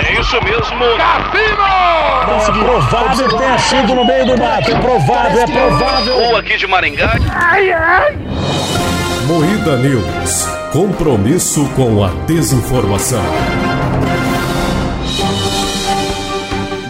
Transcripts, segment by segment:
É isso mesmo. Cassino! É provável ter sido no meio do mato. É provável, é provável. Ou aqui de Maringá. Moída News. Compromisso com a desinformação.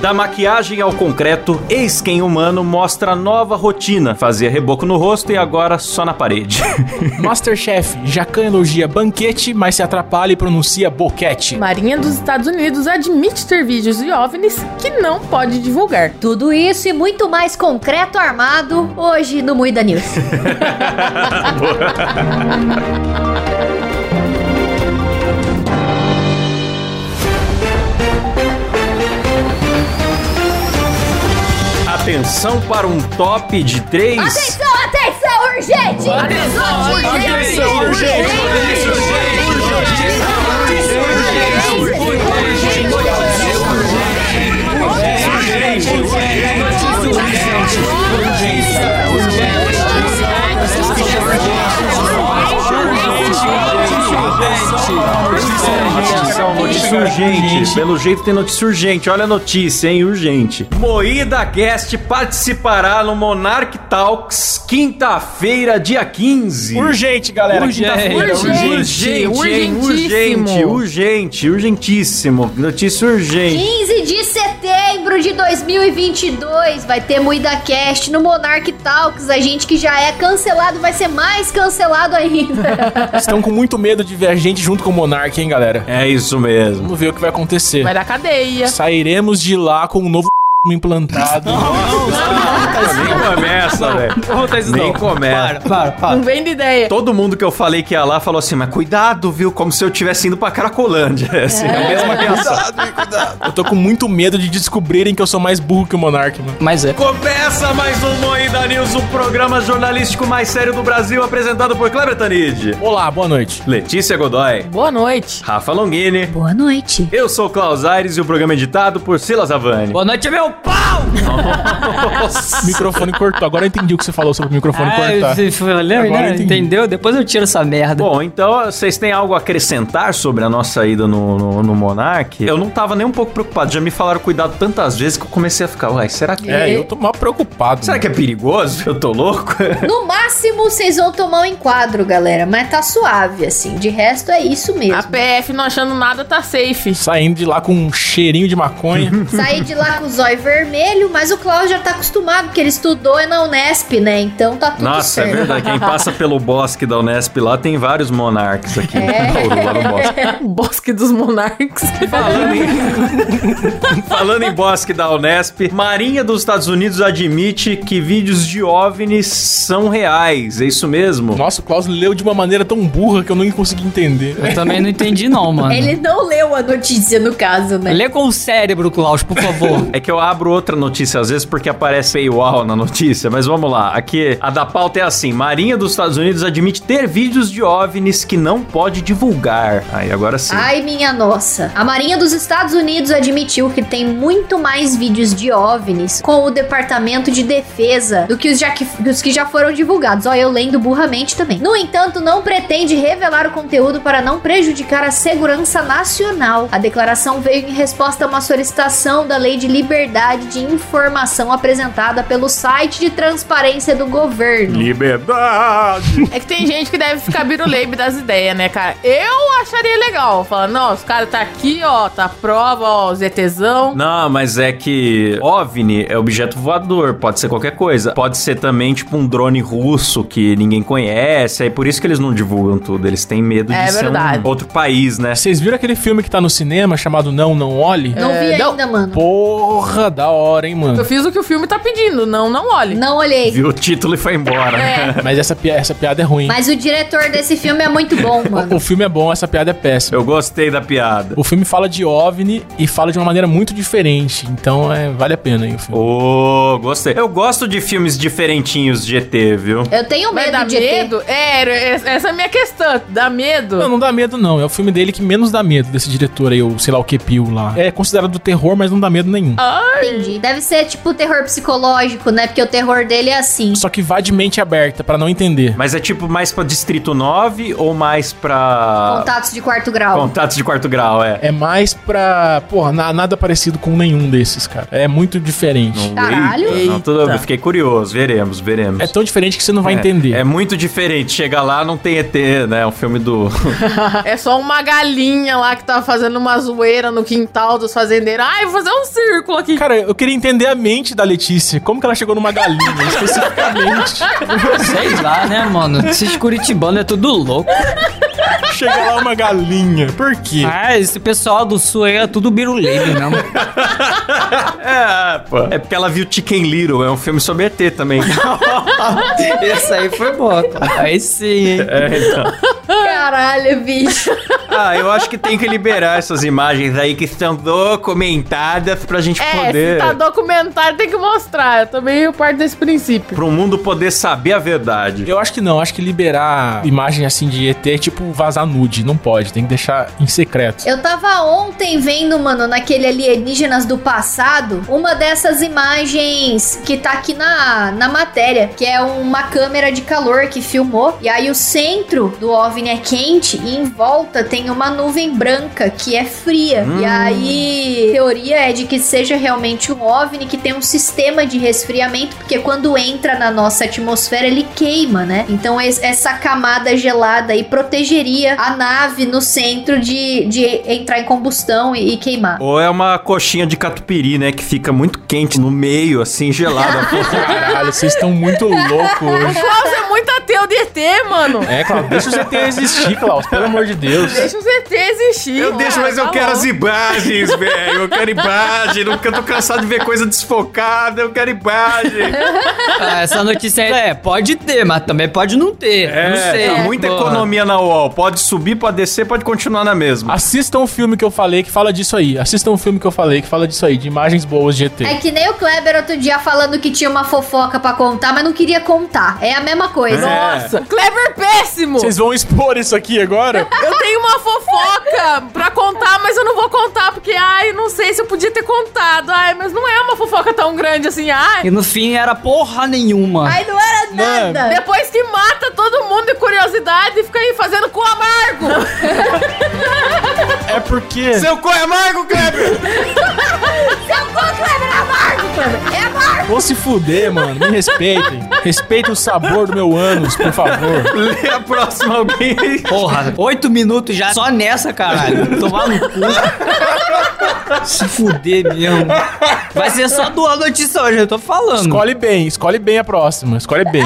Da maquiagem ao concreto, eis quem humano mostra nova rotina. Fazia reboco no rosto e agora só na parede. Masterchef, Jacan elogia banquete, mas se atrapalha e pronuncia boquete. Marinha dos Estados Unidos admite ter vídeos de OVNIs que não pode divulgar. Tudo isso e muito mais concreto armado hoje no Moída News. Atenção para um top de três. atenção, atenção, urgente! Atenção, urgente! atenção, urgente! Notícia, notícia urgente. Pelo jeito tem notícia urgente. Olha a notícia, hein? Urgente. Moída Guest participará no Monarch Talks quinta-feira, dia 15. Urgente, galera. Quinta-feira, Urgente. Urgente, hein? urgentíssimo. Tá urgente, urgente, urgentíssimo. Notícia urgente. 15 de setembro de 2022 vai ter MuidaCast no Monarch Talks. A gente que já é cancelado vai ser mais cancelado ainda. Estão com muito medo de ver a gente junto com o Monark, hein, galera? É isso mesmo. Vamos ver o que vai acontecer. Vai dar cadeia. Sairemos de lá com um novo implantado. Nem começa, velho. Nem começa. Não vem de ideia. Todo mundo que eu falei que ia lá falou assim, mas cuidado, viu? Como se eu estivesse indo pra Cracolândia. Assim, é a mesma pensada. Eu tô com muito medo de descobrirem que eu sou mais burro que o Monark, mano. Mas é. Começa mais um Moída News, o programa jornalístico mais sério do Brasil, apresentado por Kleber Tanid, Olá, boa noite. Letícia Godoy, Boa noite. Rafa Longini. Boa noite. Eu sou o Klaus Aires e o programa é editado por Silas Avani. Boa noite, meu pau! O microfone cortou. Agora eu entendi o que você falou sobre o microfone Ah, cortar. você falou, Agora eu né? entendi. Entendeu? Depois eu tiro essa merda. Bom, então vocês têm algo a acrescentar sobre a nossa ida no, no, no Monark? Eu não tava nem um pouco preocupado, já me falaram cuidado tantas vezes que eu comecei a ficar, uai, será que. É, eu tô mal preocupado. Será que é perigoso? Eu tô louco? No máximo, vocês vão tomar um enquadro, galera. Mas tá suave, assim. De resto, é isso Ah, A mesmo. PF não achando nada tá safe. Saindo de lá com um cheirinho de maconha. Saí de lá com o zóio vermelho, mas o Klaus já tá acostumado, porque ele estudou na Unesp, né? Então tá tudo Nossa, é certo. verdade. Quem passa pelo bosque da Unesp lá tem vários monarcas aqui. É. Ouro, lá no bosque. Um Bosque dos Monarcas. Falando em- Falando em bosque da Unesp, Marinha dos Estados Unidos admite que vídeos de OVNIs são reais. É isso mesmo? Nossa, o Klaus leu de uma maneira tão burra que eu não consegui entender. Eu também não entendi, não, mano. Ele não leu a notícia, no caso, né? Lê com o cérebro, Klaus, por favor. É que eu abro outra notícia às vezes porque aparece paywall na notícia, mas vamos lá. Aqui, a da pauta é assim: Marinha dos Estados Unidos admite ter vídeos de OVNIs que não pode divulgar. Aí, agora sim. Ai, minha nossa. A Marinha dos Estados Unidos admitiu que tem muito mais vídeos de OVNIs com o Departamento de Defesa do que os, já que, os que já foram divulgados. Ó, eu lendo burramente também. No entanto, não pretende revelar o conteúdo para não prejudicar a segurança nacional. A declaração veio em resposta a uma solicitação da Lei de Liberdade de Informação apresentada pelo site de transparência do governo. Liberdade! É que tem gente que deve ficar biruleibe das ideias, né, cara? Eu acharia legal. Falando, não, os caras tá aqui, ó, tá a prova, ó, os ETzão. Não, mas é que OVNI é objeto voador, pode ser qualquer coisa. Pode ser também, tipo, um drone russo que ninguém conhece, aí por isso que eles não divulgam tudo. Eles têm medo de É ser verdade. um outro país, né? Vocês viram aquele filme que tá no cinema chamado Não, Não Olhe? Não vi não. ainda, mano. Porra, da hora, hein, Eu mano. fiz o que o filme tá pedindo, não, não olhe. Não olhei. Viu o título e foi embora. É. Mas essa, pi- essa piada é ruim. Mas o diretor desse filme é muito bom, mano. O filme é bom, essa piada é péssima. Eu gostei da piada. O filme fala de OVNI e fala de uma maneira muito diferente. Então, é, vale a pena, hein, o filme. Ô, gostei. Eu gosto de filmes diferentinhos de ET, viu? Eu tenho Mas medo dá de ET. medo? É, era- essa é a minha questão. Dá medo? Não, não dá medo, não. É o filme dele que menos dá medo, desse diretor aí, o sei Ah. lá o que Pio lá. É considerado terror, mas não dá medo nenhum. Entendi. Deve ser tipo terror psicológico, lógico, né? Porque o terror dele é assim. Só que vá de mente aberta pra não entender. Mas é tipo mais pra Distrito 9 ou mais pra. Contatos de quarto grau. Contatos de quarto grau, é. É mais pra. Porra, na- nada parecido com nenhum desses, cara. É muito diferente. Caralho. Eita, não, tudo- eu Eita. fiquei curioso. Veremos, veremos. É tão diferente que você não vai É, entender. É, muito diferente. Chega lá, não tem ET, né? É um filme do. É só uma galinha lá que tava fazendo uma zoeira no quintal dos fazendeiros. Ai, vou fazer um círculo aqui. Cara, eu queria entender a mente da Letícia. Como que ela chegou numa galinha, especificamente? Sei lá, né, mano? Esses curitibanos é tudo louco. Chega lá uma galinha. Por quê? Ah, esse pessoal do sul aí é tudo biruleibe mesmo. Ah, É, pô. É porque ela viu Chicken Little, é um filme sobre ET também. Esse aí foi bom. Aí sim, hein? é, então. Caralho, bicho. Ah, eu acho que tem que liberar essas imagens aí que são documentadas pra gente É, poder. se tá documentário, tem que mostrar. Eu também eu parto desse princípio. Pro um mundo poder saber a verdade. Eu acho que não, acho que liberar imagem assim de ET é tipo vazar nude, não pode, tem que deixar em secreto. Eu tava ontem vendo, mano, naquele Alienígenas do Passado, uma dessas imagens que tá aqui na, na matéria, que é uma câmera de calor que filmou, e aí o centro do OVNI é quente e em volta tem uma nuvem branca que é fria. Hum. E aí, a teoria é de que seja realmente um OVNI que tem um sistema de resfriamento, porque quando entra na nossa atmosfera, ele queima, né? Então, es- essa camada gelada aí protegeria a nave no centro de, de entrar em combustão e, e queimar. Ou é uma coxinha de catupiry, né? Que fica muito quente no meio, assim, gelada. Caralho, vocês estão muito loucos hoje. Klaus é muito ateu de ET, mano. É, Cláudio, deixa o ET existir, Cláudio, pelo amor de Deus. Deixa os ET existir. Eu deixo, mas eu quero as assim. imagens, velho. Eu quero imagem. Nunca tô cansado de ver coisa desfocada. Eu quero imagem. Ah, essa notícia aí é, pode ter, mas também pode não ter. não sei. tá muita porra. economia na UOL. Pode subir, pode descer, pode continuar na mesma. Assistam o filme que eu falei que fala disso aí. Assistam o filme que eu falei que fala disso aí, de imagens boas de ET. É que nem o Kleber outro dia falando que tinha uma fofoca pra contar, mas não queria contar. É a mesma coisa. Nossa, É. Kleber péssimo. Vocês vão expor isso aqui agora? Eu tenho uma fofoca pra contar, mas eu não vou contar, porque, ai, não sei se eu podia ter contado. Ai, mas não é uma fofoca tão grande assim, ai. E no fim era porra nenhuma. Aí não era Mano. É nada. Depois que mata todo mundo de curiosidade, fica aí fazendo com amargo. É porque. Seu cu é amargo, Kleber! Vou se fuder, mano. Me respeitem. Respeitem o sabor do meu ânus, por favor. Lê a próxima alguém. Porra, oito minutos já só nessa, caralho. Tomar no cu. Se fuder mesmo. Vai ser só duas notícias hoje, eu tô falando. Escolhe bem, escolhe bem a próxima. Escolhe bem.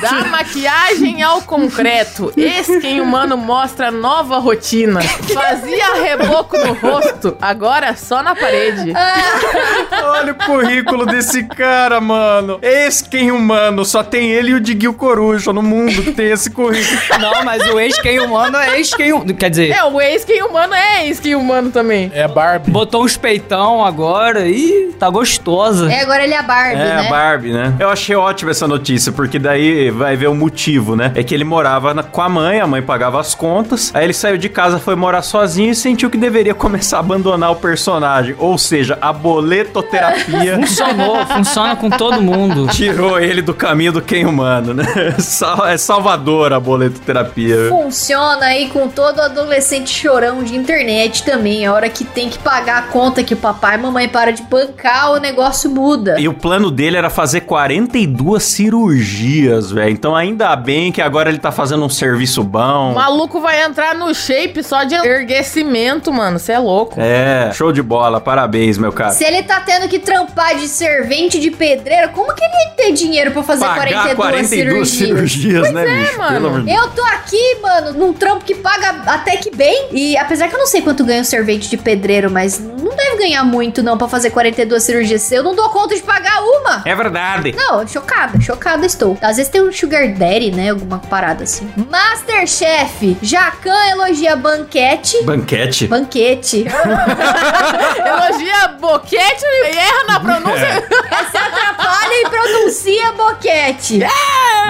Da maquiagem ao concreto, ex-quem humano mostra nova rotina. Fazia reboco no rosto, agora só na parede. Olha o currículo desse cara, mano. Esse quem humano. Só tem ele e o Diguinho Coruja no mundo que tem esse currículo. Não, mas o ex-quem humano é ex-quem humano. Quer dizer, É, o ex-quem humano é ex-quem humano também. É a Barbie. botou uns peitão agora e tá gostosa. É, agora ele é a Barbie, É, né? a Barbie, né? Eu achei ótima essa notícia, porque daí vai ver o motivo, né? É que ele morava na- com a mãe, a mãe pagava as contas, aí ele saiu de casa, foi morar sozinho e sentiu que deveria começar a abandonar o personagem. Ou seja, a boletoterapia Funcionou, funciona com todo mundo. tirou ele do caminho do quem humano, né? Sal- É salvadora a boletoterapia. Funciona aí com todo adolescente chorão de internet também. A hora que tem que pagar a conta que o papai e mamãe para de bancar, o negócio muda. E o plano dele era fazer 42 cirurgias, velho. Então ainda bem que agora ele tá fazendo um serviço O bom. maluco vai entrar no shape só de erguecimento, mano. Você é louco. É, show de bola, parabéns, meu cara. Se ele tá tendo que trampar de servente de pedreiro, como que ele ia ter dinheiro pra fazer 42, cirurgias? né, bicho? mano. Pelo amor de Eu tô aqui, mano, num trampo que paga até que bem. E apesar que eu não sei quanto ganha um servente de pedreiro, mas não deve ganhar muito não pra fazer 42 cirurgias. Eu não dou conta de pagar uma. É verdade. Não, chocada, chocada estou. Às vezes tem um sugar daddy, né? Alguma parada assim. Masterchef, Jacan elogia banquete. Banquete? Banquete. Elogia boquete e erra na pronúncia. Essa é a Olha e pronuncia boquete.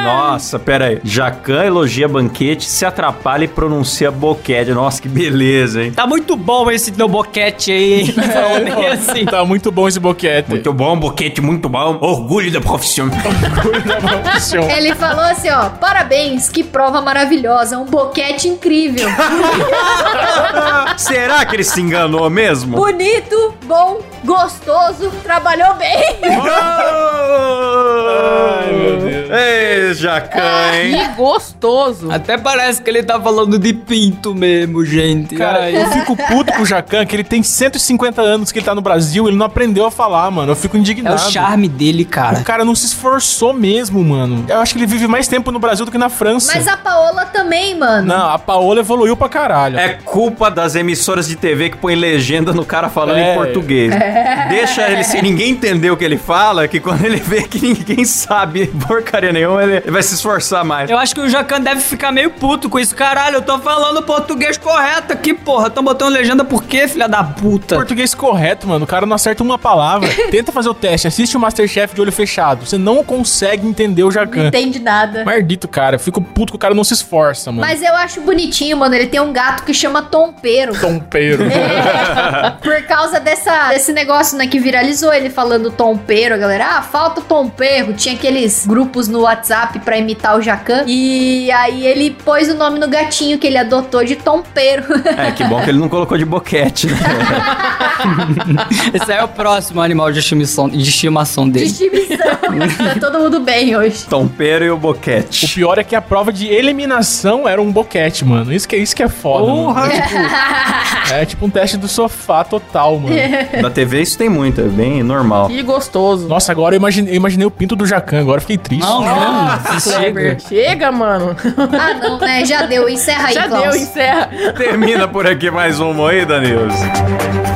Nossa, pera aí. Jacan elogia banquete, se atrapalha e pronuncia boquete. Nossa, que beleza, hein? Tá muito bom esse teu boquete aí, hein? Falando bem assim. Tá muito bom esse boquete. Muito bom, boquete, muito bom. Orgulho da profissão. Tá Ele falou assim, ó, parabéns, que prova maravilhosa, um boquete incrível, Será que ele se enganou mesmo? bonito, bom, gostoso, trabalhou bem. Ai, meu Deus. Ei, Jacan, hein? E gostoso. Até parece que ele tá falando de pinto mesmo, gente. É, Cara, Ai. eu fico puto com o Jacan, que ele tem 150 anos que ele tá no Brasil, ele não aprendeu a falar, mano. Eu fico é indignado. o charme dele, cara. O cara não se esforçou mesmo, mano. Eu acho que ele vive mais tempo no Brasil do que na França. Mas a Paola também, mano. Não, a Paola evoluiu pra caralho. É culpa das emissoras de TV que põe legenda no cara falando É. em português. Deixa ele sem ninguém entender o que ele fala, é que quando ele vê que ninguém sabe porcaria nenhuma, ele vai se esforçar mais. Eu acho que o Jacan deve ficar meio puto com isso. Caralho, eu tô falando português correto aqui, porra. Tão botando legenda por quê, filha da puta? Português correto, mano. O cara não acerta uma palavra. Tenta fazer o teste. Assiste o Masterchef de olho fechado. Você não consegue entender o Não Jacan. entende nada. Maldito, cara. Eu fico puto que o cara não se esforça, mano. Mas eu acho bonitinho, mano. Ele tem um gato que chama Tompeiro. Tompeiro. É, por causa dessa, desse negócio, né, que viralizou ele falando tompeiro, a galera, ah, falta o tomperro. Tinha aqueles grupos no WhatsApp pra imitar o Jacan. E aí ele pôs o nome no gatinho que ele adotou de tompeiro. É, que bom que ele não colocou de boquete, né? Esse aí é o próximo animal de estimação, de estimação de dele. estimação. tá todo mundo bem hoje. Tompeiro e o O boquete. pior é que a prova de eliminação era um boquete, mano. Isso que, isso que é foda. Porra! É tipo, é tipo um teste do sofá total, mano. Na TV isso tem muito, é bem normal. E gostoso. Nossa, agora eu imaginei, eu imaginei o pinto do Jacan, agora eu fiquei triste. Não, não, isso chega. Kleber. Chega, mano. Ah, não, né? Já deu, encerra aí, Já Klaus. deu, encerra. Termina por aqui mais um Moída News.